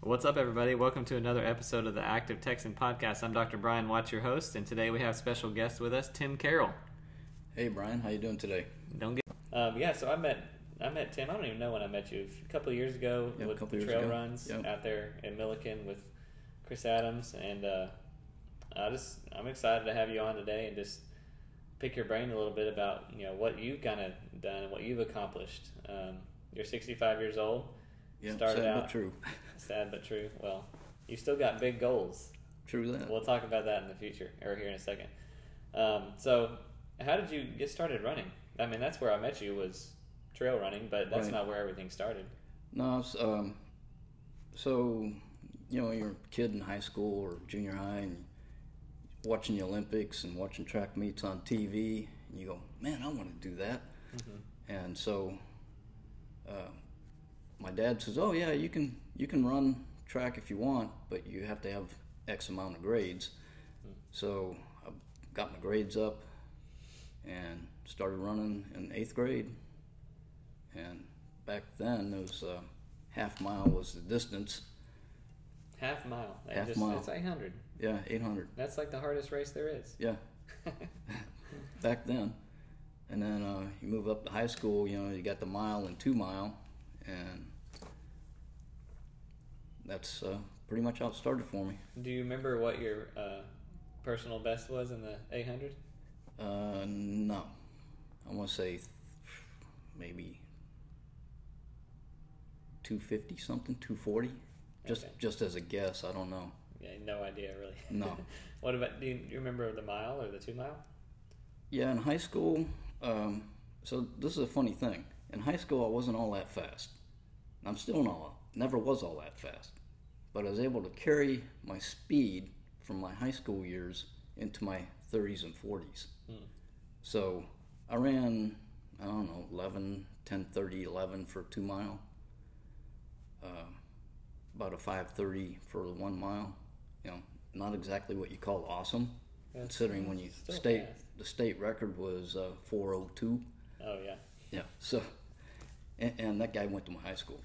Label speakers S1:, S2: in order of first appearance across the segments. S1: What's up, everybody? Welcome to another episode of the Active Texan Podcast. I'm Dr. Brian Watts, your host, and today we have special guest with us, Tim Carroll.
S2: Hey Brian, how you doing today?
S1: Don't get. Um, yeah, so I met I met Tim. I don't even know when I met you. A couple of years ago
S2: Yeah, a
S1: with
S2: couple
S1: the
S2: years
S1: trail
S2: ago.
S1: runs
S2: Yep.
S1: out there in Milliken with Chris Adams, and uh, I just I'm excited to have you on today and just pick your brain a little bit about you know what you've kind of done and what you've accomplished. Um, you're 65 years old.
S2: Yeah,
S1: Started
S2: sad
S1: out-
S2: but true.
S1: Sad but true. Well, you still got big goals.
S2: True that.
S1: We'll talk about that in the future, or here in a second. Um, so, how did you get started running? I mean, that's where I met you was trail running, but that's
S2: Right.
S1: not where everything started.
S2: No, it's, um, so you know, you're a kid in high school or junior high, and watching the Olympics and watching track meets on TV, and you go, "Man, I want to do that."
S1: Mm-hmm.
S2: And so, uh, my dad says, "Oh yeah, you can you can run track if you want, but you have to have X amount of grades." So I got my grades up and started running in eighth grade, and back then it was uh, half mile was the distance.
S1: Half mile. That
S2: Half
S1: just,
S2: mile.
S1: That's 800.
S2: Yeah, 800.
S1: That's like the hardest race there is.
S2: Yeah, back then. And then uh, you move up to high school, you know, you got the mile and two mile, and that's uh, pretty much how it started for me.
S1: Do you remember what your uh, personal best was in the 800?
S2: Uh, no, I want to say th- maybe 250 something, 240. Just
S1: Okay.
S2: just as a guess, I don't know.
S1: Yeah, no idea really.
S2: No.
S1: what about? Do you, do you remember the mile or the two mile?
S2: Yeah, in high school, um, so this is a funny thing. In high school, I wasn't all that fast. And I'm still not, never was all that fast. But I was able to carry my speed from my high school years into my 30s and 40s. So I ran, I don't know, 11, 10, 11 for two mile, uh, about a 530 for the one mile. You know, not exactly what you call awesome,
S1: That's
S2: considering when you
S1: still
S2: state
S1: fast.
S2: the state record was uh, 402.
S1: Oh yeah.
S2: Yeah. So, and, and that guy went to my high school.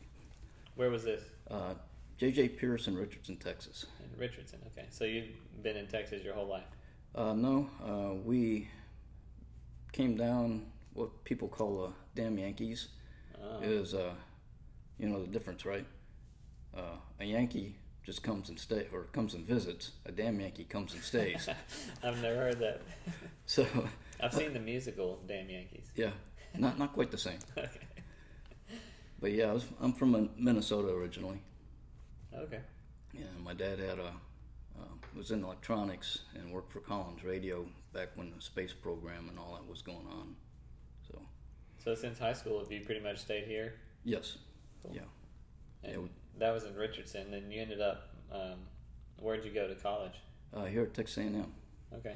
S1: Where was this?
S2: Uh, JJ Pearson, Richardson, Texas.
S1: In Richardson. Okay, so you've been in Texas your whole life.
S2: Uh, no, uh, we came down what people call uh, damn Yankees.
S1: Oh.
S2: Is uh, you know the difference, right? Uh, a Yankee just comes and stay or comes and visits. A damn Yankee comes and stays.
S1: I've never heard that.
S2: so
S1: I've seen the musical Damn Yankees.
S2: yeah, not not quite the same.
S1: okay.
S2: But yeah, I was, I'm from uh, Minnesota originally.
S1: Okay.
S2: And my dad had a uh, was in electronics and worked for Collins Radio back when the space program and all that was going on. So
S1: So since high school, have you pretty much stayed here?
S2: yes,
S1: Cool.
S2: yeah,
S1: And
S2: Yeah, we-
S1: that was in Richardson. Then you ended up. Um, where'd you go to college?
S2: uh, here at Texas A&M,
S1: Okay.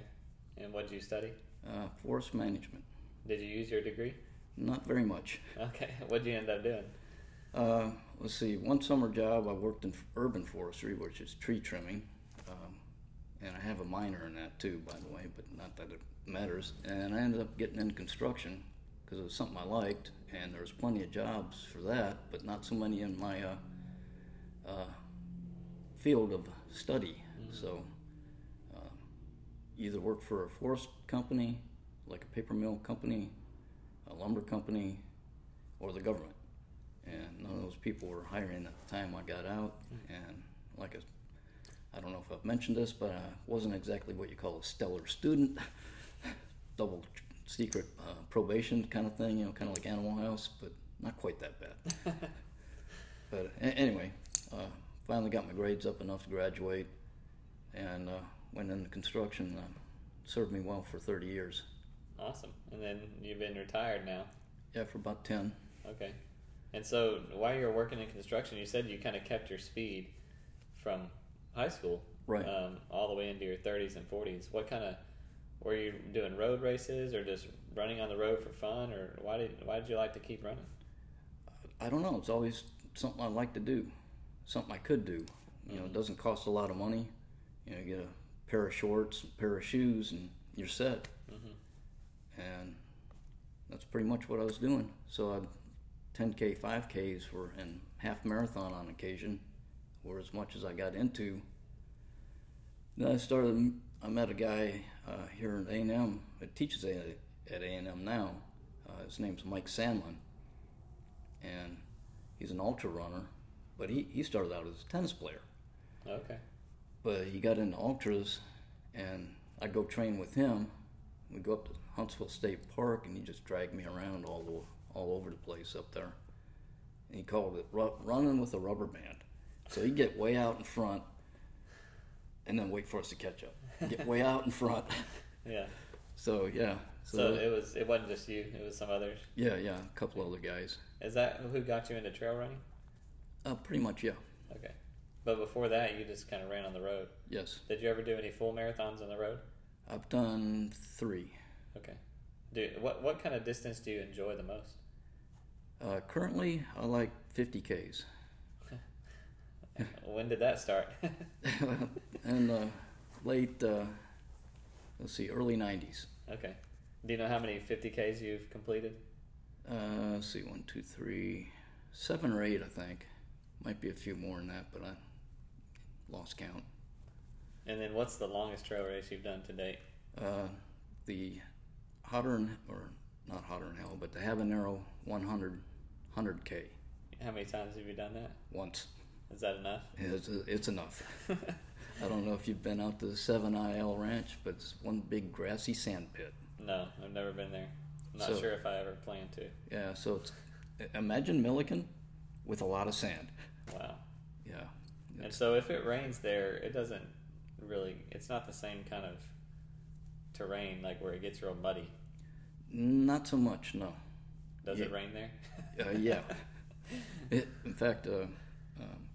S1: And what did you study?
S2: uh, forest management.
S1: Did you use your degree?
S2: Not very much.
S1: Okay. What'd you end up doing?
S2: Uh, let's see. One summer job, I worked in urban forestry, which is tree trimming, um, and I have a minor in that too, by the way. But not that it matters. And I ended up getting into construction because it was something I liked, and there was plenty of jobs for that, but not so many in my uh, uh, field of study. So uh, either work for a forest company, like a paper mill company, a lumber company, or the government and none of those people were hiring at the time I got out. And like I, I don't know if I've mentioned this, but I wasn't exactly what you call a stellar student. Double tr- secret uh, probation kind of thing, you know, kind of like Animal House, but not quite that bad. but a- anyway, uh, finally got my grades up enough to graduate, and uh, went into construction. Uh, served me well for 30 years.
S1: Awesome. And then you've been retired now.
S2: Yeah, for about 10.
S1: Okay. And so while you were working in construction, you said you kind of kept your speed from high school
S2: Right.
S1: um, all the way into your 30s and 40s. What kind of were you doing road races or just running on the road for fun or why did why did you like to keep running?
S2: I don't know. It's always something I like to do, something I could do. You know, it doesn't cost a lot of money. You know, you get a pair of shorts, a pair of shoes, and you're set.
S1: Mm-hmm.
S2: And that's pretty much what I was doing. So I, 10k, 5ks were, and half marathon on occasion, or as much as I got into. Then I started. I met a guy uh, here at A and M that teaches A- at A and M now. Uh, his name's Mike Sandlin, and he's an ultra runner, but he, he started out as a tennis player.
S1: Okay.
S2: But he got into ultras, and I'd go train with him. We'd go up to Huntsville State Park, and he just dragged me around all the, all over the place up there. And he called it ru- running with a rubber band. So he'd get way out in front, and then wait for us to catch up. Get way out in front.
S1: Yeah.
S2: So yeah,
S1: So,
S2: so,
S1: it was it wasn't just you, it was some others.
S2: yeah, yeah, a couple other guys.
S1: Is that who got you into trail running?
S2: Uh, pretty much, yeah,
S1: Okay. But before that you just kinda ran on the road.
S2: yes.
S1: Did you ever do any full marathons on the road?
S2: I've done three.
S1: Okay. Do what what kind of distance do you enjoy the most?
S2: Uh, currently, I like 50 Ks.
S1: when did that start?
S2: and uh, late, uh, let's see, early 90s.
S1: okay. Do you know how many 50Ks you've completed?
S2: Uh, let's see, one, two, three, seven or eight, I think. Might be a few more than that, but I lost count.
S1: And then what's the longest trail race you've done to date?
S2: Uh, the hotter than, or not hotter than hell, but the habanero 100, 100K
S1: How many times have you done that?
S2: once.
S1: Is that enough?
S2: It's, it's enough. I don't know if you've been out to the Seven IL Ranch, but it's one big grassy sand pit.
S1: No, I've never been there. I'm not
S2: So-
S1: sure if I ever plan to.
S2: Yeah, so it's imagine Milliken with a lot of sand.
S1: Wow.
S2: Yeah,
S1: And so if it rains there, it doesn't really, it's not the same kind of terrain like where it gets real muddy.
S2: not so much. No.
S1: Does it
S2: Yeah.
S1: rain there?
S2: Uh, yeah. It, in fact, uh, um,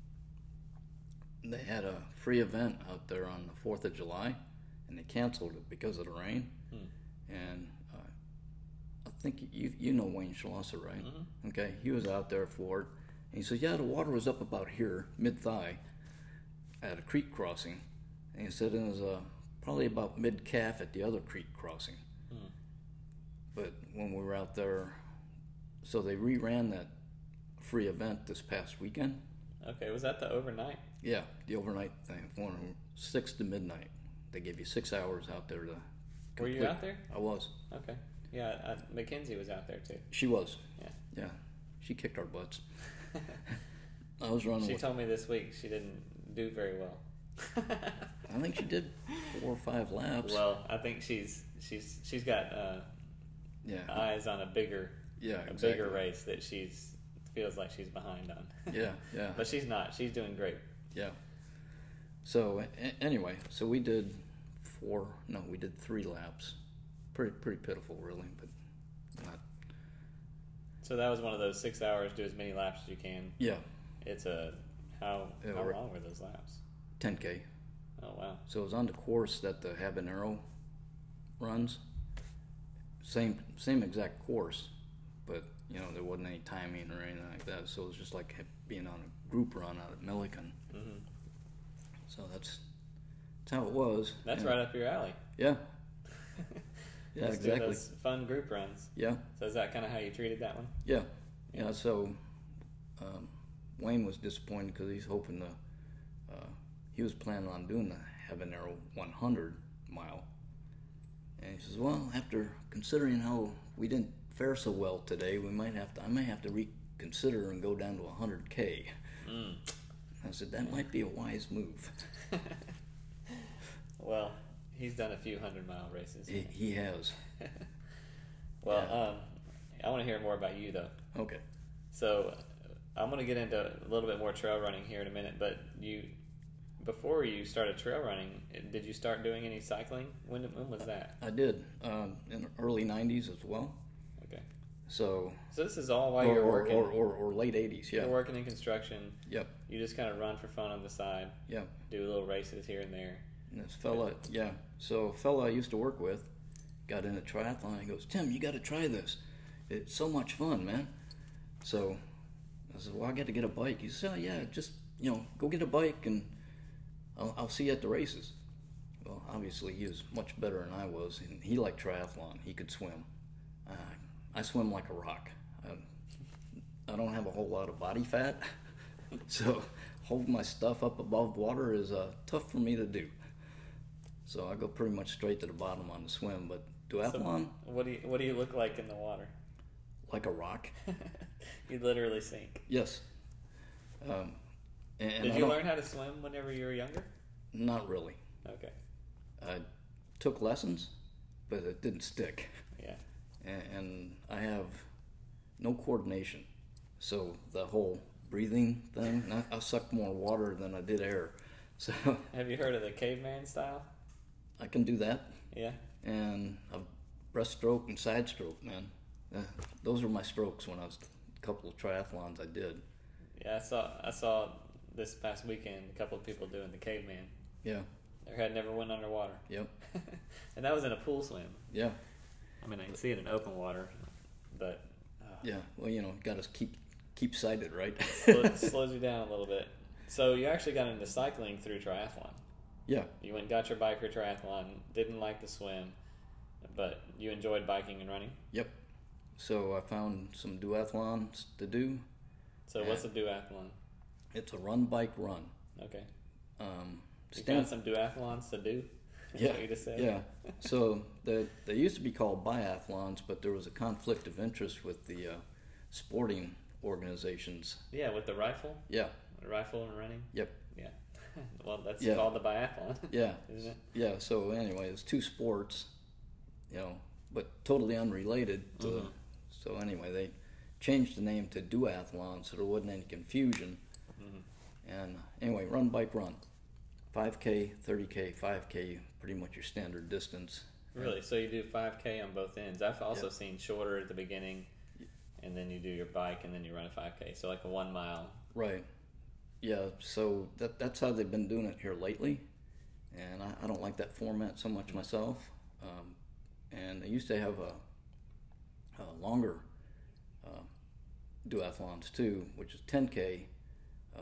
S2: they had a free event out there on the Fourth of July, and they canceled it because of the rain.
S1: Hmm.
S2: And uh, I think you you know Wayne Schlosser, right?
S1: Mm-hmm.
S2: Okay, he was out there for it. And he says, "Yeah, the water was up about here, mid thigh, at a creek crossing." And he said it was uh, probably about mid calf at the other creek crossing.
S1: Hmm.
S2: But when we were out there, so they reran that free event this past weekend.
S1: Okay, was that the overnight?
S2: Yeah, the overnight thing, one six to midnight. They gave you six hours out there to.
S1: Were you
S2: complete.
S1: out there?
S2: I was.
S1: Okay. Yeah, uh Mackenzie was out there too.
S2: She was.
S1: Yeah.
S2: Yeah. She kicked our butts. I was running.
S1: She
S2: with,
S1: told me this week she didn't do very well.
S2: I think she did four or five laps.
S1: well, I think she's she's she's got uh,
S2: yeah.
S1: eyes on a bigger
S2: yeah.
S1: uh, a
S2: Exactly.
S1: bigger race that she's feels like she's behind on.
S2: Yeah. Yeah.
S1: but she's not. She's doing great.
S2: Yeah. So a- anyway, so we did four. No, we did three laps. Pretty pretty pitiful, really, but not.
S1: So that was one of those six hours. Do as many laps as you can.
S2: Yeah,
S1: It's a how
S2: Yeah,
S1: how
S2: we're-
S1: long were those laps?
S2: 10k.
S1: Oh wow.
S2: So it was on the course that the habanero runs. Same same exact course, but you know there wasn't any timing or anything like that. So it was just like being on a group run out at Milliken.
S1: hmm
S2: So that's that's how it was.
S1: That's
S2: And-
S1: right up your alley.
S2: Yeah. yeah,
S1: Let's do
S2: exactly.
S1: those fun group runs.
S2: Yeah.
S1: So is that kind of how you treated that one?
S2: Yeah, yeah. So um, Wayne was disappointed because he's hoping to. Uh, he was planning on doing the habanero 100 mile, and he says, "Well, after considering how we didn't fare so well today, we might have to. I may have to reconsider and go down to 100k."
S1: Mm.
S2: I said, "That might be a wise move."
S1: Well, he's done a few hundred mile races.
S2: He, he has.
S1: Well,
S2: Yeah.
S1: um, I want to hear more about you though.
S2: Okay.
S1: So uh, I'm going to get into a little bit more trail running here in a minute. But you, before you started trail running, did you start doing any cycling? When when was that?
S2: I did um, in the early 90s as well.
S1: Okay.
S2: So
S1: So this is all while
S2: or,
S1: you're
S2: or,
S1: working.
S2: or, or, or late 80s. Yeah.
S1: You're working in construction.
S2: Yep.
S1: You just kind of run for fun on the side,
S2: Yep.
S1: do little races here and there.
S2: And this fella, yeah, so a fella I used to work with got into triathlon. He goes, Tim, you got to try this. It's so much fun, man. So I said, well, I got to get a bike. He said, oh, yeah, just, you know, go get a bike and I'll, I'll see you at the races. Well, obviously, he was much better than I was, and he liked triathlon. He could swim. Uh, I swim like a rock. I, I don't have a whole lot of body fat, so hold my stuff up above water is uh, tough for me to do. So I go pretty much straight to the bottom on the swim. But duathlon,
S1: What do you What do you look like in the water?
S2: like a rock.
S1: you literally sink.
S2: Yes. Um, and, and
S1: Did
S2: I
S1: you
S2: don't-
S1: learn how to swim whenever you were younger?
S2: Not really.
S1: Okay.
S2: I took lessons, but it didn't stick.
S1: Yeah.
S2: and, and I have no coordination. So the whole breathing thing, and I, I suck more water than I did air. So
S1: Have you heard of the caveman style?
S2: I can do that.
S1: Yeah.
S2: And I've breaststroke and side stroke, man. Uh, those were my strokes when I was a couple of triathlons I did.
S1: Yeah. I saw I saw this past weekend a couple of people doing the caveman.
S2: Yeah,
S1: Their head never went underwater,
S2: yep,
S1: and that was in a pool swim.
S2: yeah,
S1: I mean, I can see it in open water, but uh,
S2: yeah. Well, you know, got to keep keep sighted, right?
S1: slow, slows you down a little bit. So you actually got into cycling through triathlon.
S2: yeah,
S1: You went and got your bike for triathlon. Didn't like the swim, but you enjoyed biking and running.
S2: yep. So I found some duathlons to do.
S1: So what's a duathlon?
S2: It's a run, bike, run.
S1: Okay.
S2: Um,
S1: You
S2: stand-
S1: found some duathlons to do. Is
S2: Yeah,
S1: What you just said.
S2: Yeah. So the, they used to be called biathlons, but there was a conflict of interest with the uh, sporting organizations.
S1: Yeah, with the rifle,
S2: Yeah.
S1: rifle and running.
S2: Yep.
S1: Yeah. well, that's
S2: Yeah.
S1: called the biathlon,
S2: Yeah.
S1: isn't it?
S2: Yeah. So anyway, it's two sports, you know, but totally unrelated. To,
S1: Mhm.
S2: So anyway, they changed the name to duathlon so there wasn't any confusion.
S1: Mhm.
S2: And anyway, run, bike, run. 5K, 30K, 5K, pretty much your standard distance.
S1: Really? So you do 5K on both ends. I've also
S2: Yeah.
S1: seen shorter at the beginning, and then you do your bike, and then you run a 5K. So like a one mile.
S2: Right. Yeah. So that that's how they've been doing it here lately, and I, I don't like that format so much myself. Um, and they used to have a, a longer uh, duathlons too, which is 10k, uh,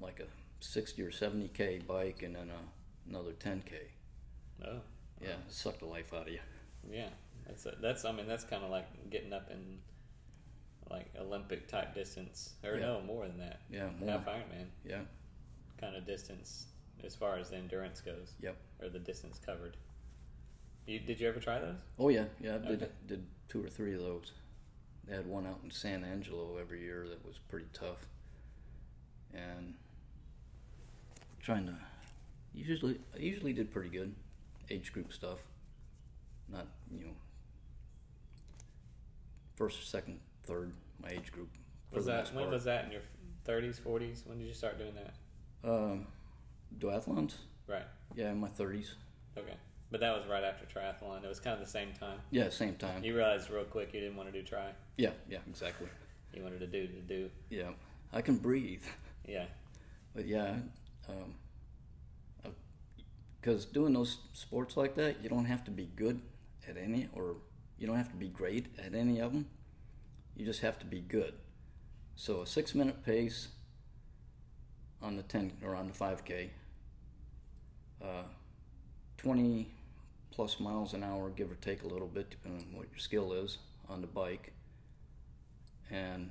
S2: like a 60 or 70k bike, and then a, another 10k.
S1: Oh,
S2: Yeah, it sucked the life out of you.
S1: yeah. That's a, that's. I mean, that's kind of like getting up in like Olympic type distance, or
S2: Yeah.
S1: no, more than that.
S2: Yeah, more.
S1: Half Ironman
S2: Yeah.
S1: kind of distance as far as the endurance goes,
S2: Yep.
S1: or the distance covered. You, did you ever try those?
S2: Oh yeah, yeah. I did
S1: Okay.
S2: did two or three of those. They had one out in San Angelo every year that was pretty tough. And trying to usually I usually did pretty good age group stuff. Not you know first, second, third my age group. for
S1: Was
S2: the
S1: that
S2: most
S1: when
S2: part.
S1: was that in your 30s, 40s? When did you start doing that?
S2: um, duathlons?
S1: Right.
S2: Yeah, in my thirties.
S1: Okay. But that was right after triathlon. It was kind of the same time.
S2: Yeah, same time.
S1: You realized real quick you didn't want to do try.
S2: Yeah, yeah, exactly.
S1: You wanted to do to do.
S2: Yeah, I can breathe.
S1: Yeah.
S2: But yeah, um, because doing those sports like that, you don't have to be good at any, or you don't have to be great at any of them. You just have to be good. So a six-minute pace on the ten or on the five k, uh, twenty plus miles an hour, give or take a little bit, depending on what your skill is on the bike, and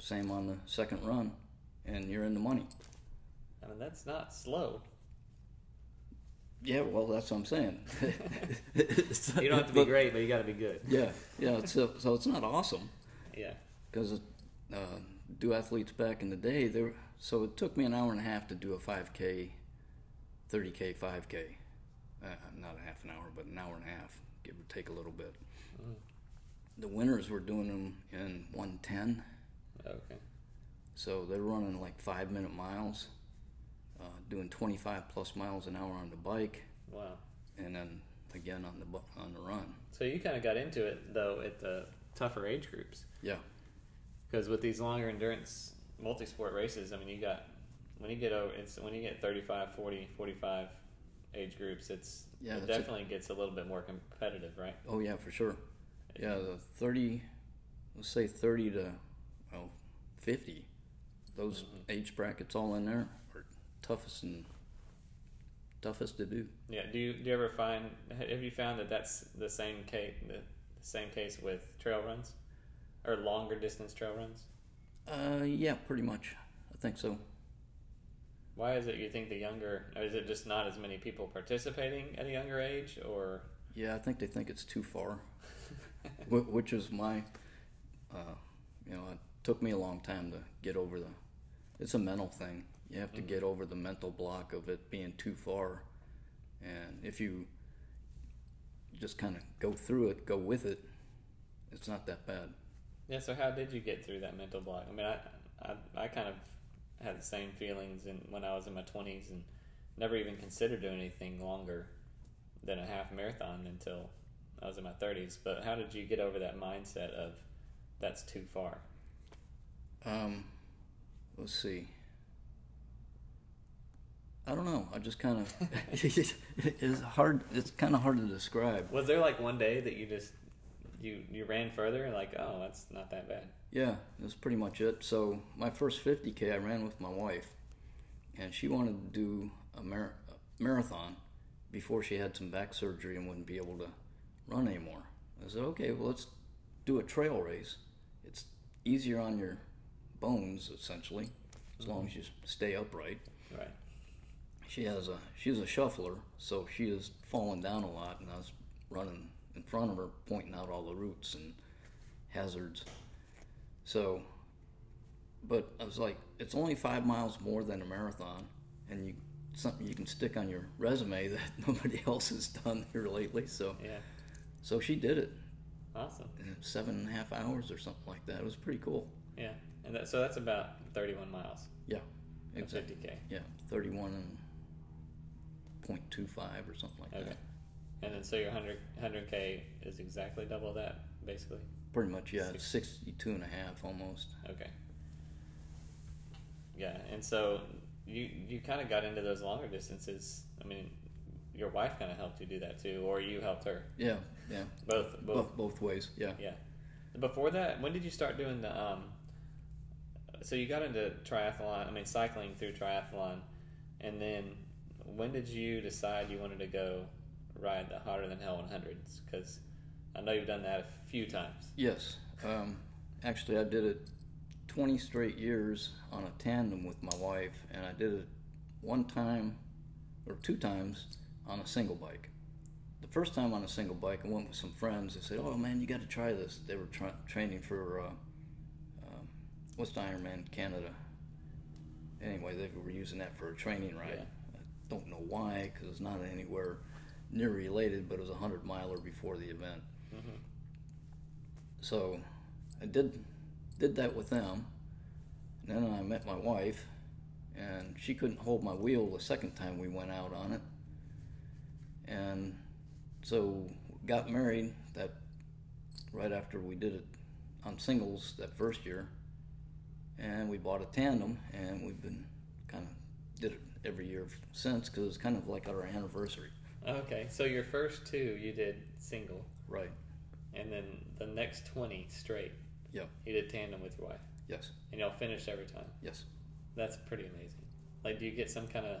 S2: same on the second run, and you're in the money.
S1: I mean that's not slow.
S2: Yeah, well, that's what I'm saying.
S1: You don't have to be great, but you got to be good.
S2: Yeah, yeah. So, so it's not awesome
S1: Yeah.
S2: because uh, do athletes back in the day they were, so it took me an hour and a half to do a 5K, 30K, 5K. Uh, not a half an hour, but an hour and a half, give or take a little bit.
S1: Mm.
S2: The winners were doing them in 110,
S1: Okay.
S2: so they're running like five minute miles, uh, doing 25 plus miles an hour on the bike,
S1: Wow.
S2: and then again on the bu- on the run.
S1: So you kind of got into it though at the tougher age groups
S2: Yeah.
S1: because with these longer endurance multi-sport races, I mean you got when you get over it's when you get 35, 40, 45 age groups, it's
S2: Yeah,
S1: it
S2: that's a-
S1: definitely gets a little bit more competitive, right?
S2: Oh yeah, for sure. Yeah, the thirty, let's say thirty to, well, fifty. Those age brackets all in there are toughest and toughest to do.
S1: Yeah. Do you do you ever find have you found that that's the same case the same case with trail runs or longer distance trail runs?
S2: Uh, yeah, pretty much. I think so.
S1: Why is it you think the younger? Or is it just not as many people participating at a younger age, or
S2: Yeah, I think they think it's too far, wh- which is my, uh, you know, it took me a long time to get over the. It's a mental thing. You have to get over the mental block of it being too far, and if you just kind of go through it, go with it, it's not that bad.
S1: yeah? So how did you get through that mental block? I mean, I I, I kind of had the same feelings in, when I was in my twenties and never even considered doing anything longer than a half marathon until I was in my thirties. But how did you get over that mindset of that's too far?
S2: Um, let's see. I don't know. I just kind of it's hard. It's kind of hard to describe.
S1: Was there like one day that you just you you ran further and like oh that's not that bad?
S2: Yeah, that's pretty much it. So my first 50k, I ran with my wife, and she wanted to do a, mar- a marathon before she had some back surgery and wouldn't be able to run anymore. I said, okay, well let's do a trail race. It's easier on your bones essentially, as long as you stay upright.
S1: Right.
S2: She has a she's a shuffler, so she is falling down a lot, and I was running in front of her, pointing out all the routes and hazards. So, but I was like, it's only five miles more than a marathon, and you something you can stick on your resume that nobody else has done here lately. So,
S1: Yeah.
S2: so she did it
S1: Awesome.
S2: in seven and a half hours or something like that. It was pretty cool.
S1: Yeah. And that, so that's about 31 miles
S2: Yeah,
S1: of
S2: exactly.
S1: 50k.
S2: Yeah, thirty-one and point two five or something like
S1: Okay.
S2: that.
S1: And then so your 100 100k is exactly double that basically.
S2: Pretty much, yeah. It's 62 and a half almost.
S1: Okay. Yeah. And so you you kind of got into those longer distances. I mean, your wife kind of helped you do that too, or you helped her.
S2: Yeah, yeah.
S1: Both. Both.
S2: Both, both ways, yeah.
S1: Yeah. Before that, when did you start doing the um so you got into triathlon, I mean cycling through triathlon and then when did you decide you wanted to go ride the hotter than hell 100s cuz I know you've done that a few times.
S2: Yes. Um, actually, I did it 20 straight years on a tandem with my wife, and I did it one time or two times on a single bike. The first time on a single bike, I went with some friends. They said, "Oh man, you got to try this." They were tra- training for uh, um, what's the Ironman Canada. Anyway, they were using that for a training ride. I don't know why, because it's not anywhere near related, but it was a hundred miler before the event so I did did that with them. And then I met my wife, and she couldn't hold my wheel the second time we went out on it. And so got married that right after we did it on singles that first year, and we bought a tandem, and we've been kind of did it every year since because it's kind of like our anniversary.
S1: Okay. So your first two you did single
S2: Right.
S1: and then the next 20 straight
S2: Yep.
S1: you did tandem with your wife
S2: Yes.
S1: and y'all finished every time.
S2: Yes.
S1: That's pretty amazing. Like do you get some kind of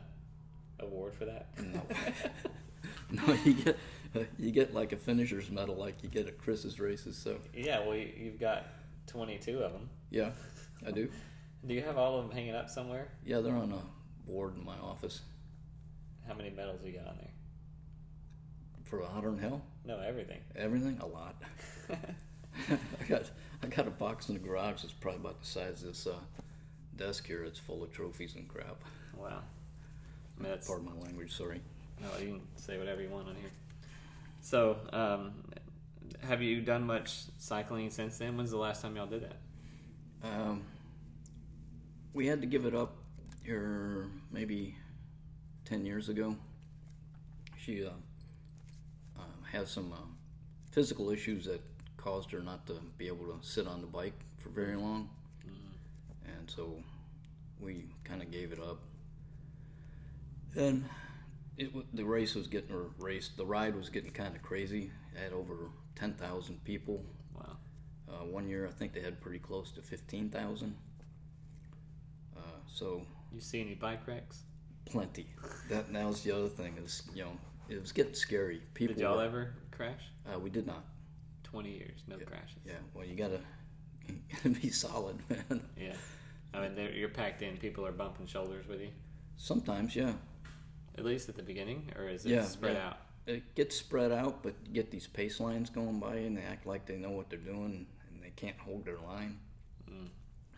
S1: award for that?
S2: No. no, you get you get like a finisher's medal, like you get at Chris's races. So
S1: Yeah, well, you, you've got 22 of them.
S2: yeah, I do.
S1: Do you have all of them hanging up somewhere?
S2: Yeah, they're on a board in my office
S1: How many medals you got on there?
S2: for hotter than hell.
S1: No, everything.
S2: Everything, a lot. I got I got a box in the garage that's probably about the size of this uh, desk here. It's full of trophies and crap.
S1: Wow. I mean, that's,
S2: Pardon my language. Sorry.
S1: no, you can say whatever you want on here. So, um, have you done much cycling since then? When's the last time y'all did that?
S2: Um, we had to give it up here maybe 10 years ago. She uh, uh, had some uh, physical issues that caused her not to be able to sit on the bike for very long. And so we kind of gave it up. And it, wa- the race was getting, or race, the ride was getting kind of crazy. It had over 10,000 people
S1: Wow.
S2: uh, one year, I think they had pretty close to 15,000. Uh, so
S1: You see any bike wrecks?
S2: plenty. That that was the other thing is you know it was getting scary. People.
S1: Did y'all
S2: were-
S1: ever crash?
S2: Uh, we did not.
S1: 20 years, no crashes.
S2: Yeah. Well, you gotta, you gotta be solid, man.
S1: Yeah. I mean, they're- you're packed in. People are bumping shoulders with you.
S2: Sometimes, yeah.
S1: At least at the beginning, or is it
S2: Yeah,
S1: spread
S2: yeah.
S1: out?
S2: It gets spread out, but you get these pace lines going by, and they act like they know what they're doing, and they can't hold their line.
S1: Mm.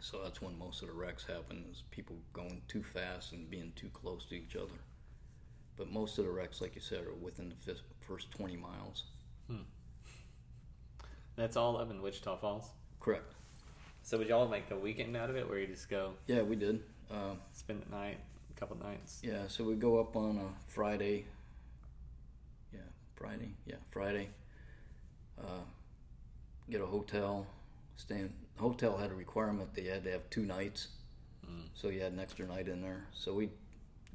S2: So that's when most of the wrecks happen: is people going too fast and being too close to each other. But most of the wrecks, like you said, are within the fis- first 20 miles.
S1: That's all up in Wichita Falls.
S2: Correct.
S1: So would y'all make a weekend out of it, where you just go
S2: Yeah, we did. Uh,
S1: spend the night, a couple nights?
S2: Yeah, so we go up on a Friday. Yeah, Friday. Yeah, Friday. Uh, get a hotel. Stay in, hotel had a requirement that you had to have two nights,
S1: Mm.
S2: so you had an extra night in there. So we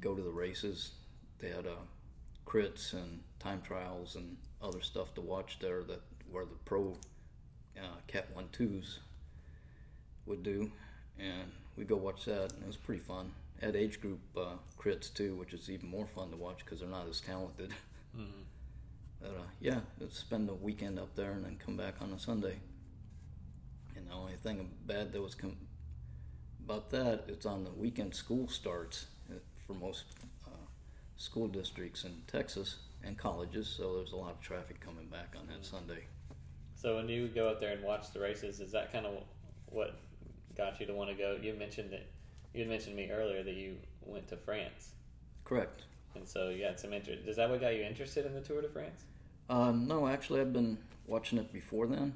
S2: go to the races. They had uh, crits and time trials and other stuff to watch there that where the pro uh, Cat One Twos would do, and we go watch that, and it was pretty fun. Had age group uh, crits too, which is even more fun to watch because they're not as talented.
S1: Mm.
S2: But uh, yeah, let's spend the weekend up there and then come back on a Sunday. And the only thing bad that was com- about that, it's on the weekend school starts uh, for most uh, school districts in Texas and colleges, so there's a lot of traffic coming back on that Sunday.
S1: So when you go out there and watch the races, is that kind of what got you to want to go? You mentioned that you had mentioned to me earlier that you went to France,
S2: Correct.
S1: and so you had some interest. Is that what got you interested in the Tour de France?
S2: Uh, no, actually, I've been watching it before then,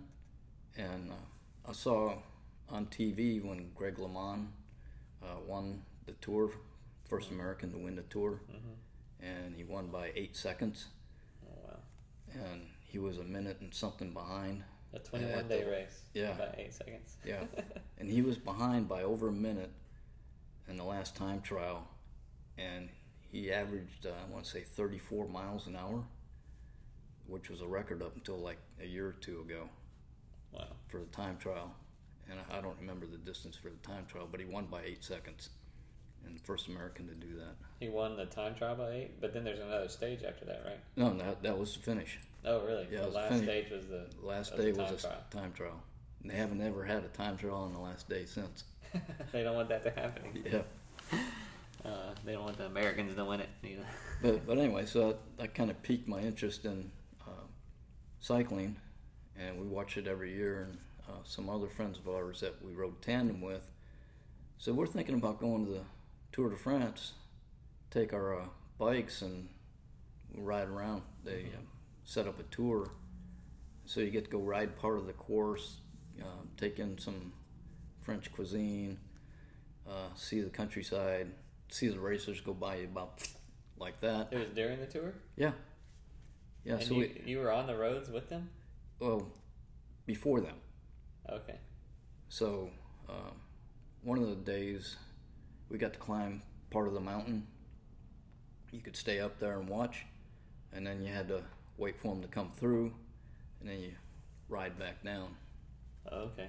S2: and uh, I saw on TV when Greg LeMond uh, won the tour, first American to win the tour,
S1: Mm-hmm.
S2: and he won by eight seconds,
S1: Oh wow,
S2: and he was a minute and something behind.
S1: a
S2: Yeah,
S1: 21
S2: I
S1: day
S2: thought-
S1: race.
S2: yeah.
S1: about eight seconds.
S2: Yeah, and he was behind by over a minute in the last time trial, and he averaged uh, I want to say 34 miles an hour, which was a record up until like a year or two ago.
S1: Wow.
S2: for the time trial, and I- I don't remember the distance for the time trial, but he won by eight seconds, and the first American to do that.
S1: He won the time trial by eight, but then there's another stage after that, right?
S2: No, that that was the finish.
S1: Oh, really?
S2: Yeah, it
S1: the
S2: was
S1: last
S2: funny.
S1: stage was the.
S2: The last
S1: That was
S2: day
S1: a
S2: was
S1: time
S2: a s-
S1: trial.
S2: time trial, and they haven't ever had a time trial on the last day since.
S1: they don't want that to happen. again.
S2: Yeah,
S1: Uh, they don't want the Americans to win it either.
S2: but but anyway, so that, that kind of piqued my interest in uh, cycling, and we watch it every year. And uh, some other friends of ours that we rode tandem with, so we're thinking about going to the Tour de France, take our uh, bikes and ride around. They
S1: Mm-hmm.
S2: uh, set up a tour, so you get to go ride part of the course, uh, take in some French cuisine, uh, see the countryside, see the racers go by you about like that.
S1: It was during the tour,
S2: Yeah, yeah.
S1: and
S2: so
S1: you,
S2: we,
S1: you were on the roads with them.
S2: well, before them.
S1: Okay.
S2: So, um, one of the days, we got to climb part of the mountain. You could stay up there and watch, and then you had to wait for them to come through, and then you ride back down.
S1: Okay.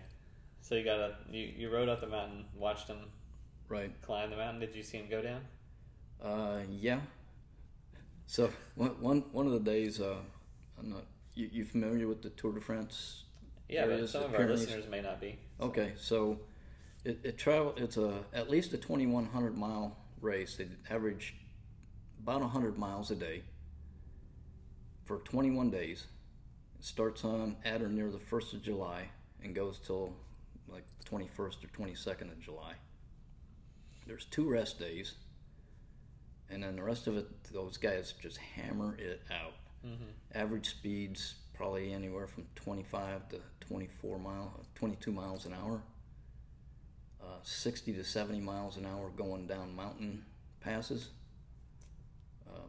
S1: So you got a you, you rode up the mountain, watched them
S2: Right?
S1: climb the mountain. Did you see him go down?
S2: Uh, yeah. So one one one of the days, uh, I'm not. You, you familiar with the Tour de France
S1: Yeah,
S2: There
S1: but
S2: is
S1: some
S2: the
S1: of our
S2: Pyrenees.
S1: listeners may not be.
S2: Okay, so it, it travel. It's a at least a twenty one hundred mile race. They average about hundred miles a day for twenty one days. It starts on at or near the first of July and goes till like twenty first or twenty second of July. There's two rest days, and then the rest of it, those guys just hammer it out.
S1: Mm-hmm.
S2: Average speeds probably anywhere from 25 to 24 mile, 22 miles an hour. Uh, 60 to 70 miles an hour going down mountain passes. Uh,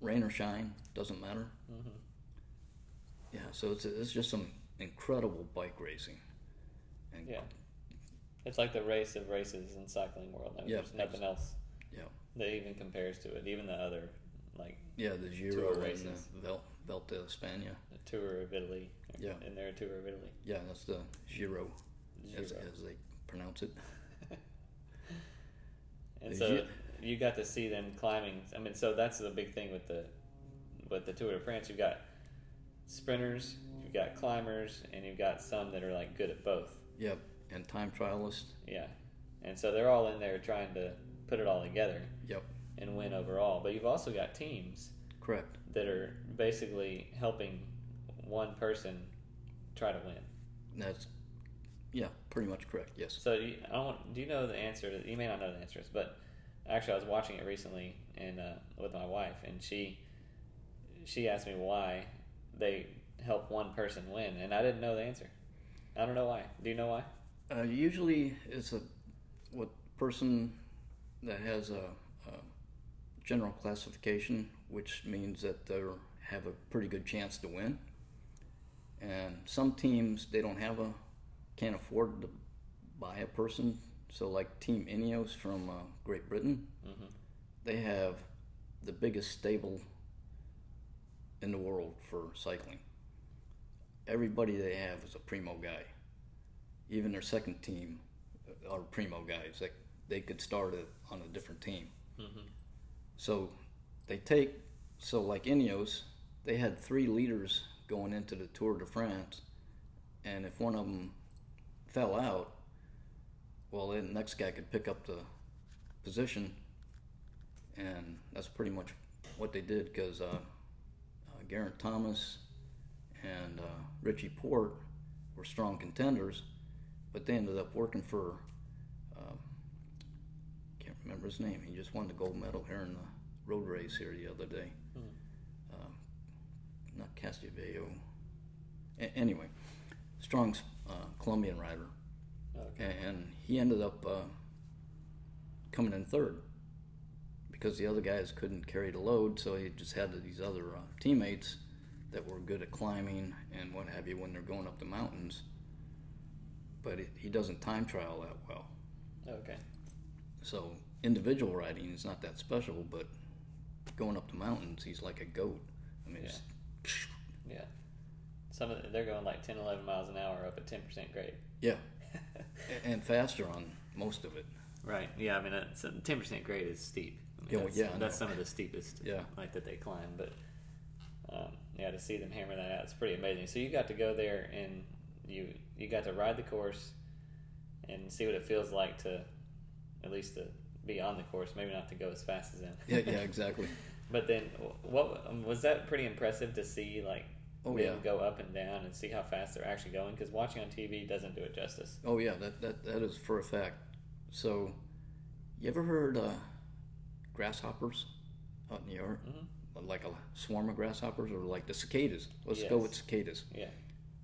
S2: rain or shine doesn't matter.
S1: Mm-hmm.
S2: Yeah, so it's it's just some incredible bike racing. And
S1: Yeah. It's like the race of races in cycling world. Like,
S2: Yeah,
S1: there's nothing else
S2: yeah,
S1: that even compares to it. Even the other like
S2: yeah, the Giro and
S1: races.
S2: the Vel- Velta España.
S1: the tour of Italy.
S2: Yeah.
S1: And their tour of Italy.
S2: Yeah, that's the Giro, As,
S1: Giro.
S2: as they pronounce it.
S1: And
S2: Is
S1: so
S2: it-
S1: you got to see them climbing. I mean, so that's the big thing with the with the Tour de France. You've got sprinters, you've got climbers, and you've got some that are like good at both.
S2: Yep, and time trialists.
S1: Yeah, and so they're all in there trying to put it all together.
S2: Yep.
S1: and win overall. But you've also got teams
S2: Correct.
S1: that are basically helping one person try to win.
S2: That's yeah, pretty much correct. Yes.
S1: So do you, I don't want, do you know the answer? To, you may not know the answers, but actually, I was watching it recently and uh, with my wife, and she she asked me why they help one person win, and I didn't know the answer. I don't know why. Do you know why?
S2: Uh, usually, it's a what person that has a, a general classification, which means that they have a pretty good chance to win. And some teams they don't have a can't afford to buy a person. So, like Team Ineos from uh, Great Britain,
S1: hmm
S2: they have the biggest stable in the world for cycling. Everybody they have is a primo guy. Even their second team are primo guys. Like they could start it on a different team.
S1: Mhm.
S2: So they take so like Ineos, they had three leaders going into the Tour de France, and if one of them fell out, well, then the next guy could pick up the position and that's pretty much what they did because uh, uh, Garrett Thomas and uh, Richie Port were strong contenders, but they ended up working for um, can't remember his name. He just won the gold medal here in the road race here the other day. Um, not Castillejo. A- anyway, strong uh, Colombian rider
S1: Okay.
S2: and he ended up uh, coming in third because the other guys couldn't carry the load, so he just had these other uh, teammates that were good at climbing and what have you when they're going up the mountains. But it, he doesn't time trial that well,
S1: Okay.
S2: so individual riding is not that special. But going up the mountains, he's like a goat. I mean, it's-
S1: Yeah. Some of the, they're going like 10, 11 miles an hour up at ten percent grade.
S2: yeah, A- and faster on most of it.
S1: Right. Yeah. I mean, ten percent grade is steep. I mean,
S2: Yeah, well,
S1: that's,
S2: yeah, I know.
S1: That's some of the steepest.
S2: Yeah.
S1: Like that they climb, but um, yeah, to see them hammer that out, it's pretty amazing. So you got to go there and you you got to ride the course and see what it feels like to at least to be on the course. Maybe not to go as fast as them.
S2: Yeah, yeah, exactly.
S1: But then, wh- what um, was that? Pretty impressive to see, like
S2: Oh,
S1: them
S2: yeah.
S1: go up and down and see how fast they're actually going. Because watching on TV doesn't do it justice.
S2: Oh yeah, that, that that is for a fact. So, you ever heard uh, grasshoppers out in New York? Like a swarm of grasshoppers, or like the cicadas? Let's go
S1: Yes.
S2: with cicadas.
S1: Yeah.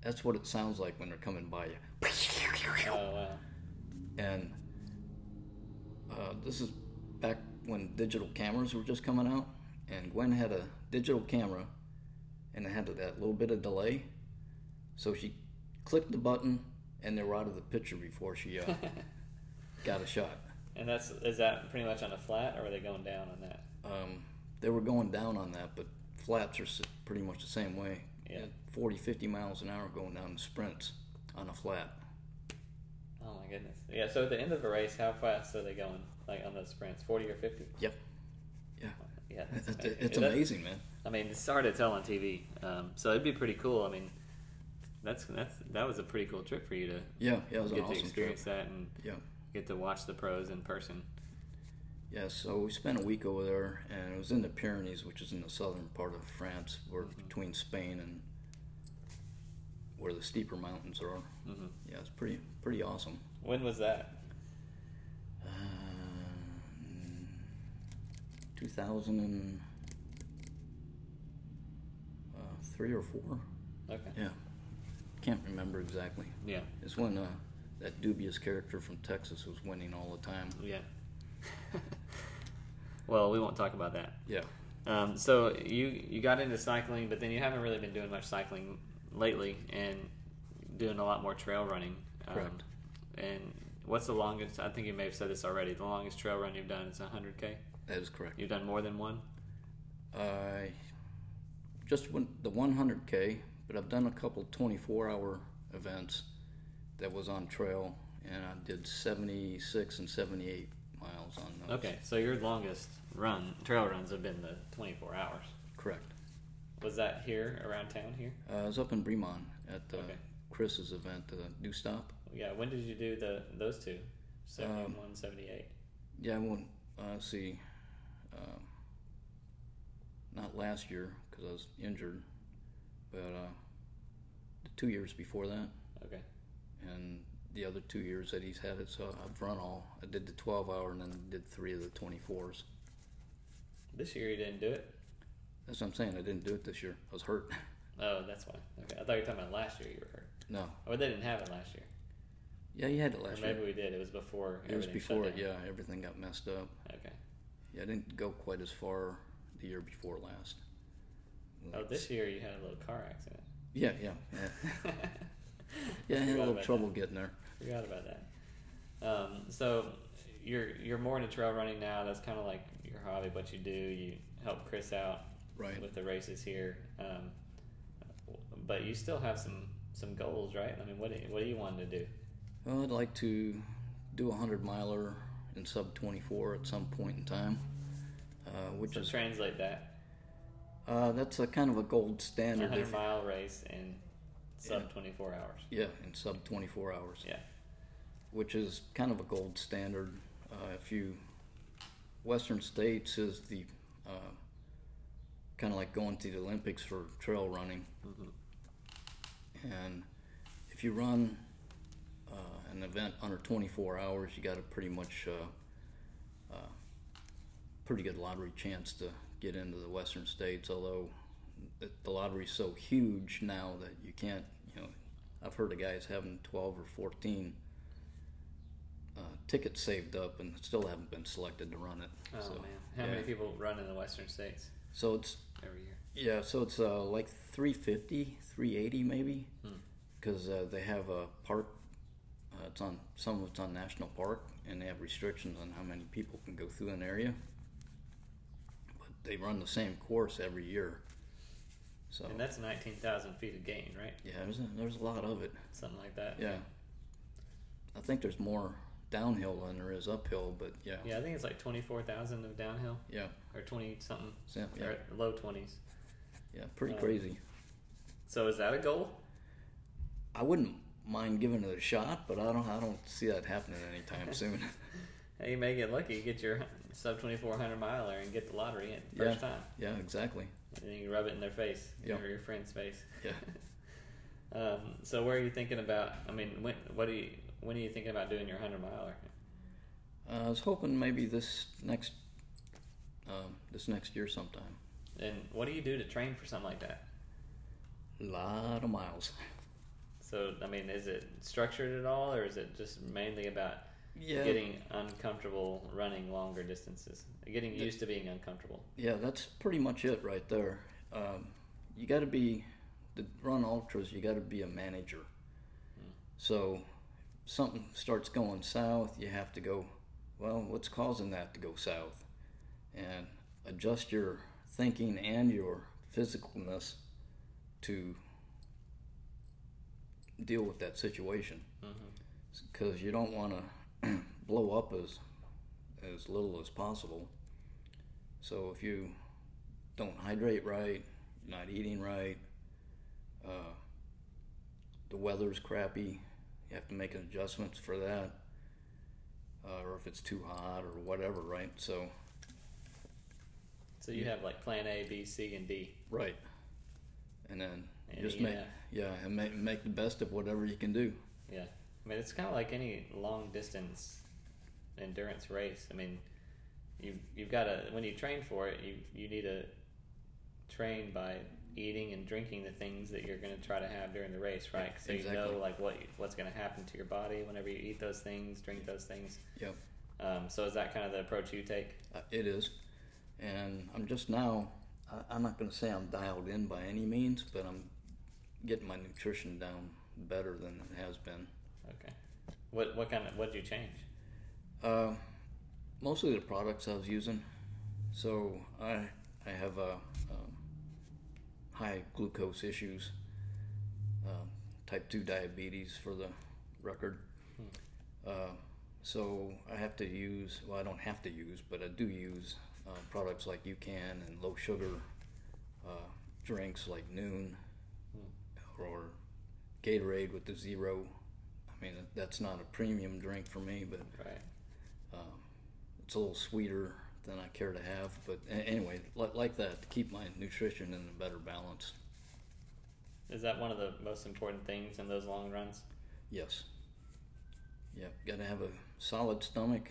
S2: That's what it sounds like when they're coming by you.
S1: Oh wow.
S2: And uh, this is back when digital cameras were just coming out, and Gwen had a digital camera, and it had that little bit of delay, so she clicked the button, and they were out of the picture before she uh, got a shot.
S1: And that's is that pretty much on a flat, or were they going down on that?
S2: Um, they were going down on that, but flaps are s- pretty much the same way.
S1: Yeah.
S2: At 40, 50 miles an hour going down in sprints on a flat.
S1: Oh my goodness. Yeah. So at the end of a race, how fast are they going? Like on those sprints, forty or fifty?
S2: Yep. Yeah.
S1: Yeah. that's
S2: It's,
S1: amazing.
S2: it's
S1: That-
S2: amazing, man.
S1: I mean, it's hard to tell on TV. Um, so it'd be pretty cool. I mean, that's that's that was a pretty cool trip for you to
S2: Yeah, yeah, it was an
S1: get to
S2: awesome trip.
S1: experience that and
S2: Yeah.
S1: get to watch the pros in person.
S2: Yeah, so we spent a week over there, and it was in the Pyrenees, which is in the southern part of France, where between Spain and where the steeper mountains are.
S1: hmm
S2: Yeah, it's pretty pretty awesome.
S1: When was that?
S2: Uh, 2003 uh, or four?
S1: Okay.
S2: Yeah, can't remember exactly.
S1: Yeah.
S2: It's when uh, that dubious character from Texas was winning all the time.
S1: Yeah. well, we won't talk about that.
S2: Yeah.
S1: Um, so you you got into cycling, but then you haven't really been doing much cycling lately, and doing a lot more trail running. Um,
S2: Correct.
S1: and what's the longest? I think you may have said this already. The longest trail run you've done is 100k.
S2: That is correct.
S1: You've done more than one.
S2: I just went the 100K, but I've done a couple 24 hour events that was on trail, and I did 76 and 78 miles on uh, those.
S1: Okay, so your longest run trail runs have been the 24 hours.
S2: Correct.
S1: Was that here around town here?
S2: Uh, I was up in Bremont at uh,
S1: Okay.
S2: Chris's event, the New Stop.
S1: Yeah. When did you do the those two? 71, 78.
S2: Yeah, I went, uh, let's see, uh, not last year because I was injured, but uh, the two years before that,
S1: Okay.
S2: and the other two years that he's had it. So I've run all. I did the 12 hour and then did three of the 24s.
S1: This year you didn't do it.
S2: That's what I'm saying. I didn't do it this year. I was hurt.
S1: Oh, that's why. Okay. I thought you were talking about last year. You were hurt.
S2: no.
S1: Or they didn't have it last year.
S2: Yeah, you had it last
S1: or maybe
S2: year.
S1: we did. It was before.
S2: It was
S1: everything shut
S2: before it.
S1: down.
S2: Yeah, everything got messed up.
S1: Okay.
S2: Yeah, I didn't go quite as far the year before last.
S1: Oh, this year you had a little car accident.
S2: Yeah, yeah, yeah. Yeah, I had
S1: Forgot
S2: a little
S1: about
S2: trouble getting there.
S1: That. Forgot about that. Um, so you're you're more into trail running now. That's kind of like your hobby. What you do, you help Chris out
S2: Right.
S1: with the races here. Um, but you still have some some goals, right? I mean, what do you, what do you want to do?
S2: Well, I'd like to do a hundred miler in sub 24 at some point in time, uh, which
S1: So
S2: is
S1: translate that
S2: uh, that's a kind of a gold standard.
S1: 100
S2: if-
S1: mile race in sub 24 hours.
S2: yeah, in sub 24 hours,
S1: Yeah.
S2: which is kind of a gold standard. Uh, if you Western States is the uh, kind of like going to the Olympics for trail running.
S1: Mm-hmm.
S2: And if you run uh, an event under 24 hours, you got a pretty much uh, uh, pretty good lottery chance to get into the Western states. Although the- the lottery's so huge now that you can't, you know, I've heard of guys having 12 or 14 uh, tickets saved up and still haven't been selected to run it.
S1: Oh
S2: so,
S1: man, how
S2: yeah.
S1: many people run in the Western states
S2: so it's
S1: every year?
S2: yeah, so it's uh, like 350, 380 maybe, because uh, they have a park. Uh, it's on some of it's on national park, and they have restrictions on how many people can go through an area. But they run the same course every year, so
S1: And that's 19,000 feet of gain, right?
S2: yeah, there's a, there's a lot of it.
S1: Something like that.
S2: Yeah, I think there's more downhill than there is uphill, but yeah,
S1: Yeah, I think it's like 24,000 of downhill
S2: yeah,
S1: or 20 something,
S2: so- yeah,
S1: or low 20s.
S2: yeah, pretty
S1: Um,
S2: crazy.
S1: So is that a goal?
S2: I wouldn't mind giving it a shot, but I don't I don't see that happening anytime soon.
S1: Hey, you may get lucky, you get your sub 2400 miler and get the lottery in
S2: Yeah.
S1: first time.
S2: Yeah, exactly.
S1: And then you rub it in their face
S2: Yeah.
S1: or your friend's face.
S2: Yeah.
S1: Um, so where are you thinking about? I mean, when what do you when are you thinking about doing your hundred miler?
S2: Uh, I was hoping maybe this next um, this next year sometime.
S1: And what do you do to train for something like that?
S2: Lot of miles.
S1: So I mean, is it structured at all, or is it just mainly about
S2: Yeah.
S1: getting uncomfortable running longer distances, getting
S2: The-
S1: used to being uncomfortable?
S2: Yeah, that's pretty much it right there. Um, you got to be to run ultras. You got to be a manager. So something starts going south, you have to go. Well, what's causing that to go south? And adjust your thinking and your physicalness to deal with that situation
S1: Mm-hmm.
S2: because you don't want to blow up as as little as possible. So if you don't hydrate right, you're not eating right, uh, the weather's crappy, you have to make adjustments for that, uh, or if it's too hot or whatever, right? So
S1: So you have like plan A, B, C, and D.
S2: right, and then
S1: And
S2: just
S1: E and
S2: make
S1: F.
S2: yeah, and make make the best of whatever you can do.
S1: Yeah, I mean it's kind of like any long distance endurance race. I mean, you you've got to when you train for it, you you need to train by eating and drinking the things that you're going to try to have during the race, right? So you know
S2: Exactly.
S1: like what what's going to happen to your body whenever you eat those things, drink those things.
S2: Yep.
S1: Um, so is that kind of the approach you take?
S2: Uh, It is. And I'm just now, I, I'm not going to say I'm dialed in by any means, but I'm getting my nutrition down better than it has been.
S1: Okay. What what kind of what did you change?
S2: Uh, mostly the products I was using. So I, I have uh, um, high glucose issues, uh, type 2 diabetes for the record. Uh, so I have to use, well, I don't have to use, but I do use uh, products like UCAN and low sugar uh, drinks like Noon or Gatorade with the zero. I mean, that's not a premium drink for me, but
S1: Right.
S2: um, it's a little sweeter than I care to have. But a- anyway, like, like that, to keep my nutrition in a better balance.
S1: Is that one of the most important things in those long runs?
S2: Yes. Yep, got to have a solid stomach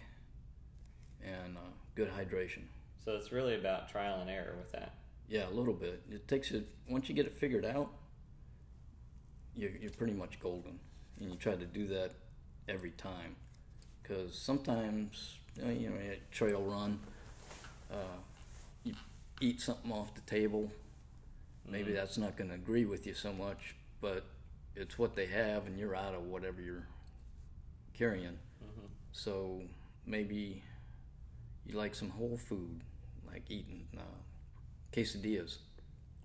S2: and uh, good hydration.
S1: So it's really about trial and error with that.
S2: Yeah, a little bit. It takes it once you get it figured out. You're you're pretty much golden, and you try to do that every time, because sometimes you know, you know a trail run, uh, you eat something off the table. Maybe
S1: Mhm.
S2: that's not going to agree with you so much, but it's what they have, and you're out of whatever you're carrying.
S1: Mhm.
S2: So maybe you like some whole food, like eating uh, quesadillas,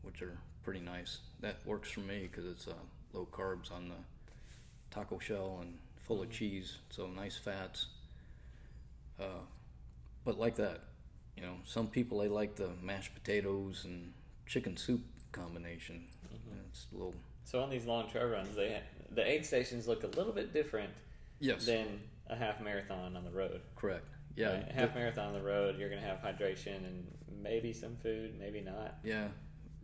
S2: which are pretty nice. That works for me because it's uh, low carbs on the taco shell and full of cheese, so nice fats. Uh, but like that, you know, some people they like the mashed potatoes and chicken soup combination. And it's a little
S1: So on these long trail runs, they the aid stations look a little bit different
S2: yes,
S1: than a half marathon on the road.
S2: correct. Yeah,
S1: Right? A half marathon on the road, you're gonna have hydration and maybe some food, maybe not.
S2: th- yeah.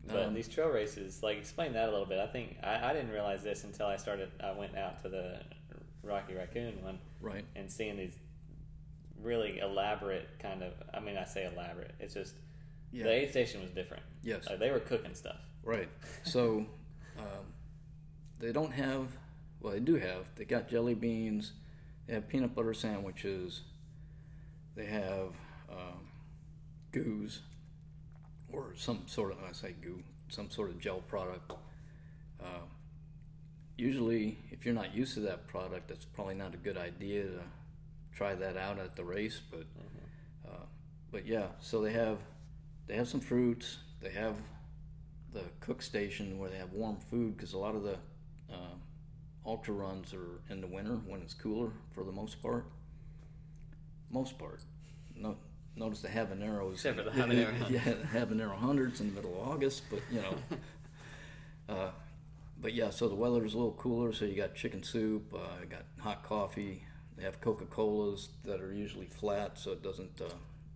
S1: But
S2: Um,
S1: these trail races, like explain that a little bit. I think I, I didn't realize this until I started. I went out to the Rocky Raccoon one
S2: right.
S1: and seeing these really elaborate kind of. I mean, I say elaborate. It's just
S2: Yeah.
S1: the aid station was different.
S2: yes.
S1: Like they were cooking stuff.
S2: Right. So um, they don't have. Well, they do have. They got jelly beans. They have peanut butter sandwiches. They have um, goos, or some sort of. I say goo. Some sort of gel product. Uh, usually, if you're not used to that product, that's probably not a good idea to try that out at the race. But
S1: Mm-hmm.
S2: uh, but yeah. So they have they have some fruits. They have the cook station where they have warm food because a lot of the uh, ultra runs are in the winter when it's cooler for the most part. Most part. No, notice the habaneros.
S1: Except for the habanero
S2: yeah, the habanero hundreds in the middle of August, but you know. uh, but yeah, so the weather's a little cooler, so you got chicken soup, uh, you got hot coffee. They have Coca Colas that are usually flat, so it doesn't uh,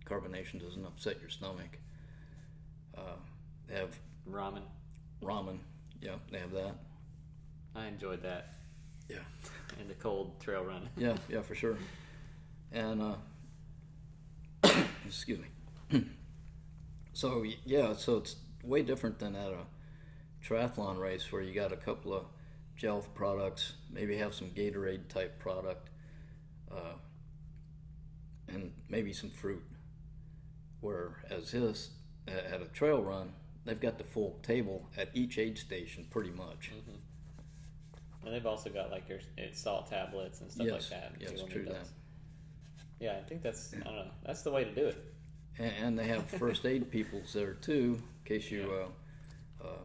S2: carbonation doesn't upset your stomach. Uh, they have
S1: Ramen.
S2: ramen. Yeah, they have that.
S1: I enjoyed that
S2: Yeah.
S1: in the cold trail run.
S2: Yeah, yeah, for sure. And uh, excuse me. so y- yeah, so it's way different than at a triathlon race where you got a couple of gel products, maybe have some Gatorade type product, uh, and maybe some fruit. Whereas this a- at a trail run, they've got the full table at each aid station, pretty
S1: Mm-hmm.
S2: much.
S1: And they've also got like your it's salt tablets and stuff
S2: Yes.
S1: like that.
S2: Yes,
S1: People need
S2: true that.
S1: those. Yeah, I think that's I don't know. That's the way to do it.
S2: And, and they have first aid peoples there too, in case you, uh, uh,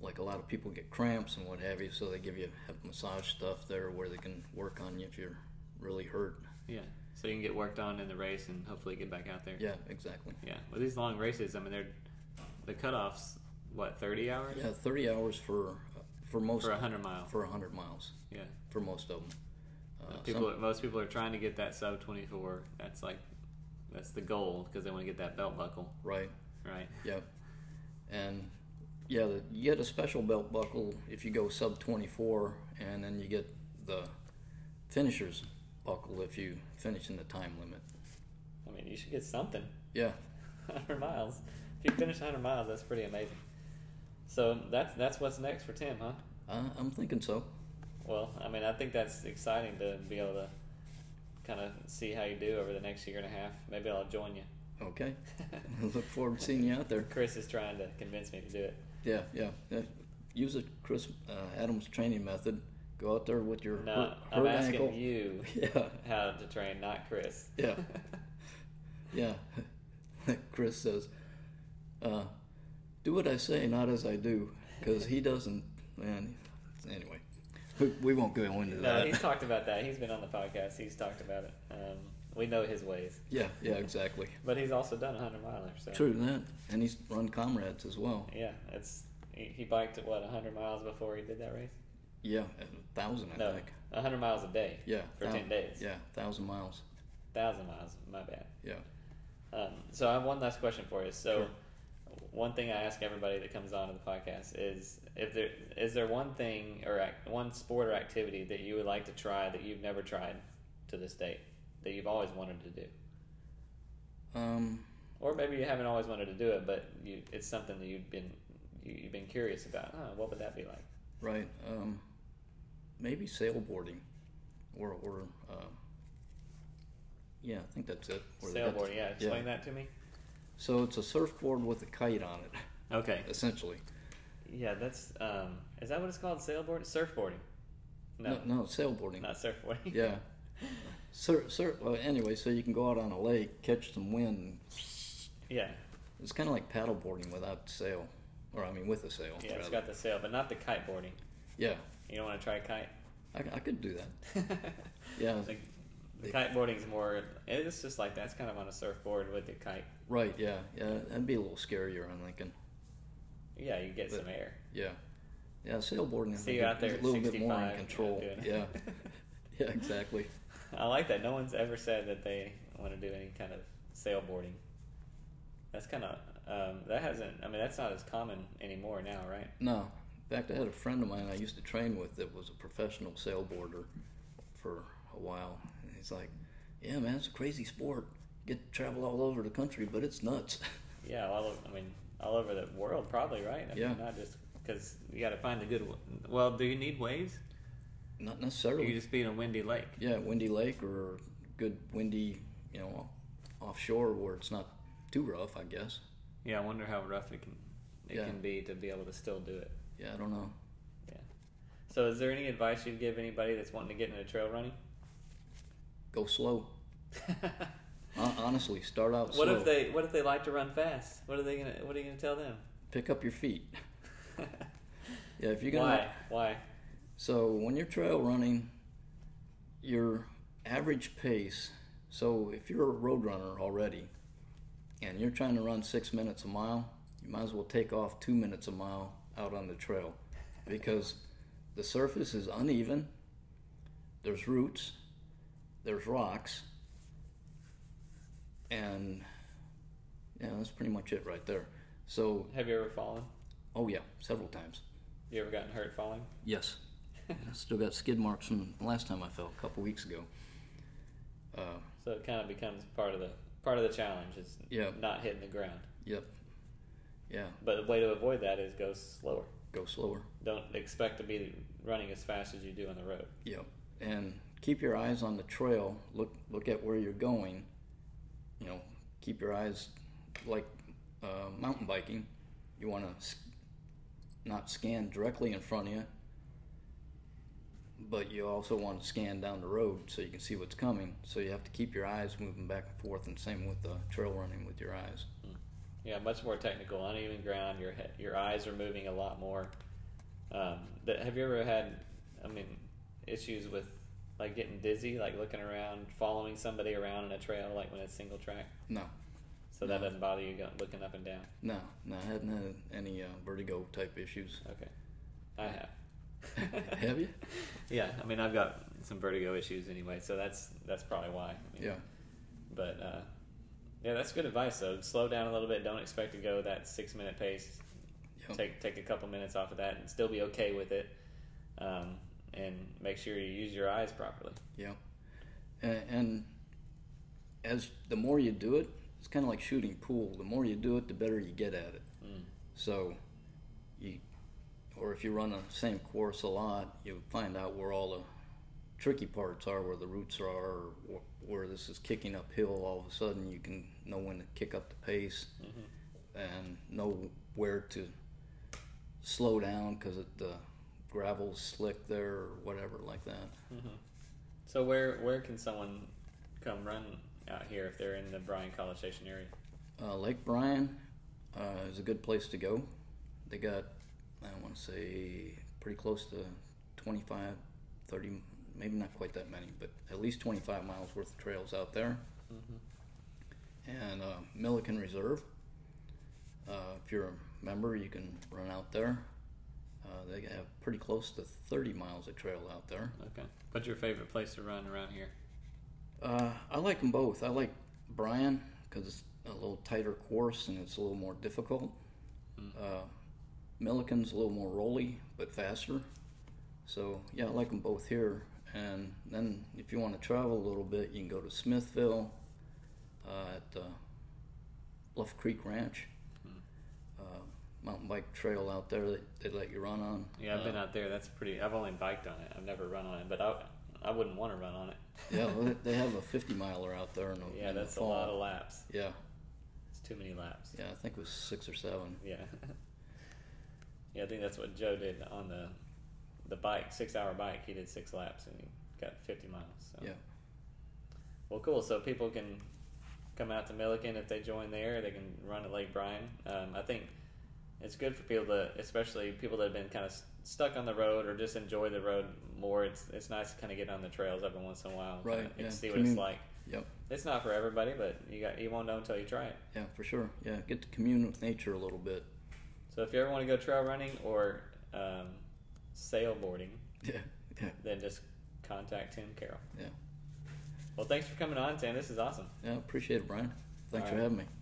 S2: like a lot of people get cramps and what have you, so they give you have massage stuff there where they can work on you if you're really hurt.
S1: Yeah. So you can get worked on in the race and hopefully get back out there.
S2: Yeah, exactly.
S1: Yeah. With these long races, I mean, they're the cutoffs what thirty hours
S2: Yeah, 30 hours for uh, for most
S1: for a hundred mile.
S2: for 100 miles
S1: Yeah.
S2: for most of them. Uh,
S1: people, most people are trying to get that sub twenty four. That's like that's the goal because they want to get that belt buckle
S2: some- right.
S1: right.
S2: Yep. And yeah, the, you get a special belt buckle if you go sub 24, and then you get the finisher's buckle if you finish in the time limit.
S1: I mean, you should get something.
S2: Yeah,
S1: 100 miles. If you finish 100 miles, that's pretty amazing. So that's that's what's next for Tim, huh?
S2: I, I'm thinking so.
S1: Well, I mean, I think that's exciting to be able to kind of see how you do over the next year and a half. Maybe I'll join you.
S2: Okay. Look forward to seeing you out there.
S1: Chris is trying to convince me to do it.
S2: Yeah, yeah. yeah. Use the Chris uh, Adams training method. Go out there with your
S1: No,
S2: hurt,
S1: I'm
S2: hurt
S1: asking
S2: ankle.
S1: you
S2: Yeah,
S1: how to train, not Chris.
S2: yeah, yeah. Chris says, uh, "Do what I say, not as I do," because he doesn't. Man, anyway, we, we won't go into
S1: no,
S2: that.
S1: he's talked about that. He's been on the podcast. He's talked about it. Um, we know his ways,
S2: yeah, yeah, exactly.
S1: but he's also done a 100 miler. So
S2: True that, and he's run comrades as well.
S1: Yeah, it's he, he biked at what 100 miles before he did that race.
S2: Yeah, a thousand, I
S1: No,
S2: think.
S1: 100 miles a day.
S2: Oh, Yeah,
S1: For 10 days.
S2: Yeah, thousand miles.
S1: Thousand miles. My bad.
S2: Yeah.
S1: Um, so I have one last question for you. So,
S2: Sure.
S1: one thing I ask everybody that comes on to the podcast is if there is there one thing or ac- one sport or activity that you would like to try that you've never tried to this date that you've always wanted to do,
S2: Um,
S1: or maybe you haven't always wanted to do it, but you, it's something that you've been you, you've been curious about. Oh, what would that be like?
S2: right. Um, maybe sailboarding, or or uh, yeah, I think that's it. Or they got the-
S1: Sailboarding. Yeah, explain that to me.
S2: So it's a surfboard with a kite on it,
S1: Okay.
S2: essentially.
S1: Yeah, that's um, is that what it's called? Sailboard, surfboarding. No,
S2: no, sailboarding.
S1: not surfboarding.
S2: Yeah. Sur, sur, well, anyway, so you can go out on a lake, catch some wind.
S1: yeah.
S2: It's kind of like paddleboarding without the sail, or I mean with a sail.
S1: Yeah, it's
S2: rather.
S1: got the sail, but not the kite boarding.
S2: yeah.
S1: You don't want to try a kite.
S2: I, I could do that. Yeah.
S1: the, the kite boarding's more. It's just like that's kind of on a surfboard with the kite.
S2: Right. Yeah. Yeah. That'd be a little scarier. I'm thinking.
S1: Yeah, you get
S2: But-
S1: some air.
S2: Yeah. Yeah. Sailboarding. I
S1: See
S2: think,
S1: you out there
S2: is
S1: at
S2: A little bit more
S1: 65,
S2: in control.
S1: doing it.
S2: Yeah. Yeah. Exactly.
S1: I like that. No one's ever said that they want to do any kind of sailboarding. That's kind of um, that hasn't. I mean, that's not as common anymore now, right?
S2: No. In fact, I had a friend of mine I used to train with that was a professional sailboarder for a while. And he's like, Yeah, man, it's a crazy sport. You get to travel all over the country, but it's nuts.
S1: Yeah, all of, I mean, all over the world, probably, right? I
S2: Yeah.
S1: Mean, not just because you got to find the good. wa- Well, do you need waves?
S2: Not
S1: Or you
S2: necessarily.
S1: just be in a windy lake.
S2: Yeah, windy lake or good windy, you know, offshore where it's not too rough, I guess.
S1: Yeah, I wonder how rough it can it
S2: Yeah.
S1: can be to be able to still do it.
S2: Yeah, I don't know.
S1: Yeah. So, is there any advice you'd give anybody that's wanting to get into trail running?
S2: Go slow. Hon- Honestly, start out
S1: what
S2: slow.
S1: if they What if they like to run fast? What are they gonna What are you gonna tell them?
S2: Pick up your feet. Yeah, if you're gonna
S1: Why? Why?
S2: So when you're trail running, your average pace. So if you're a road runner already, and you're trying to run six minutes a mile, you might as well take off two minutes a mile out on the trail, because the surface is uneven. There's roots. There's rocks. And yeah, that's pretty much it right there. So
S1: Have you ever fallen?
S2: oh yeah, several times.
S1: You ever gotten hurt falling?
S2: Yes. I still got skid marks from the last time I fell a couple weeks ago. Uh,
S1: So it kind of becomes part of the part of the challenge is
S2: Yeah.
S1: not hitting the ground.
S2: yep. Yeah,
S1: But the way to avoid that is go slower.
S2: go slower.
S1: Don't expect to be running as fast as you do on the road.
S2: Yep. And keep your eyes on the trail. Look look at where you're going. You know, keep your eyes like uh, mountain biking. You want to s- not scan directly in front of you, but you also want to scan down the road so you can see what's coming. So you have to keep your eyes moving back and forth, and same with uh, trail running with your eyes.
S1: Yeah, much more technical, uneven ground. Your head, your eyes are moving a lot more. Um, that, have you ever had, I mean, issues with like getting dizzy, like looking around, following somebody around in a trail, like when it's single track,
S2: No,
S1: so that
S2: No.
S1: doesn't bother you go- looking up and down?
S2: no, no. I hadn't had any uh, vertigo type issues.
S1: Okay, I have.
S2: have you?
S1: Yeah, I mean, I've got some vertigo issues anyway, so that's that's probably why. I mean,
S2: Yeah.
S1: But uh, yeah, that's good advice. though. slow down a little bit. Don't expect to go that six minute pace.
S2: Yep.
S1: Take take a couple minutes off of that and still be okay with it. Um, and make sure you use your eyes properly.
S2: Yeah, and, and as the more you do it, it's kind of like shooting pool. The more you do it, the better you get at it.
S1: Mm.
S2: So, you, or if you run the same course a lot, you find out where all the tricky parts are, where the roots are, or wh- where this is kicking uphill. All of a sudden, you can know when to kick up the pace and know where to slow down because the gravel's slick there or whatever like that.
S1: So where where can someone come run out here if they're in the Bryan College Station area?
S2: Uh, Lake Bryan uh, is a good place to go. They got, I want to say, pretty close to 25, 30, maybe not quite that many, but at least 25 miles worth of trails out there. And uh, Milliken Reserve. Uh, if you're a member, you can run out there. Uh, they have pretty close to 30 miles of trail out there.
S1: Okay. What's your favorite place to run around here?
S2: Uh, I like them both. I like Bryan because a little tighter course and it's a little more difficult.
S1: Hmm.
S2: Uh, Milliken's a little more rolly but faster. So yeah, I like them both here. And then if you want to travel a little bit, you can go to Smithville uh, at uh, Bluff Creek Ranch.
S1: Hmm.
S2: Uh, mountain bike trail out there that they let you run on.
S1: Yeah, I've
S2: Uh,
S1: been out there. That's pretty. I've only biked on it. I've never run on it, but I, I wouldn't want to run on it.
S2: yeah, well, they have a 50 miler out there in the
S1: Yeah,
S2: in the
S1: that's a
S2: fall.
S1: lot of laps.
S2: Yeah,
S1: It's too many laps.
S2: yeah, I think it was six or seven.
S1: Yeah. yeah, I think that's what Joe did on the the bike, six hour bike. He did six laps and he got 50 miles. So.
S2: Yeah,
S1: Well, cool. So people can come out to Milliken if they join there. They can run at Lake Bryan. Um, I think it's good for people to, especially people that have been kind of stuck on the road or just enjoy the road more. It's it's nice to kind of get on the trails every once in a while, and
S2: Right,
S1: kinda-
S2: yeah.
S1: And see what
S2: Commun-
S1: it's like.
S2: yep,
S1: It's not for everybody, but you got you won't know until you try it.
S2: yeah, for sure. Yeah, get to commune with nature a little bit.
S1: So if you ever want to go trail running or um, sailboarding,
S2: Yeah, yeah,
S1: then just contact Tim Carroll.
S2: yeah.
S1: Well, thanks for coming on, Tim. This is awesome.
S2: Yeah, appreciate it, Brian. Thanks
S1: All
S2: for
S1: right.
S2: having me.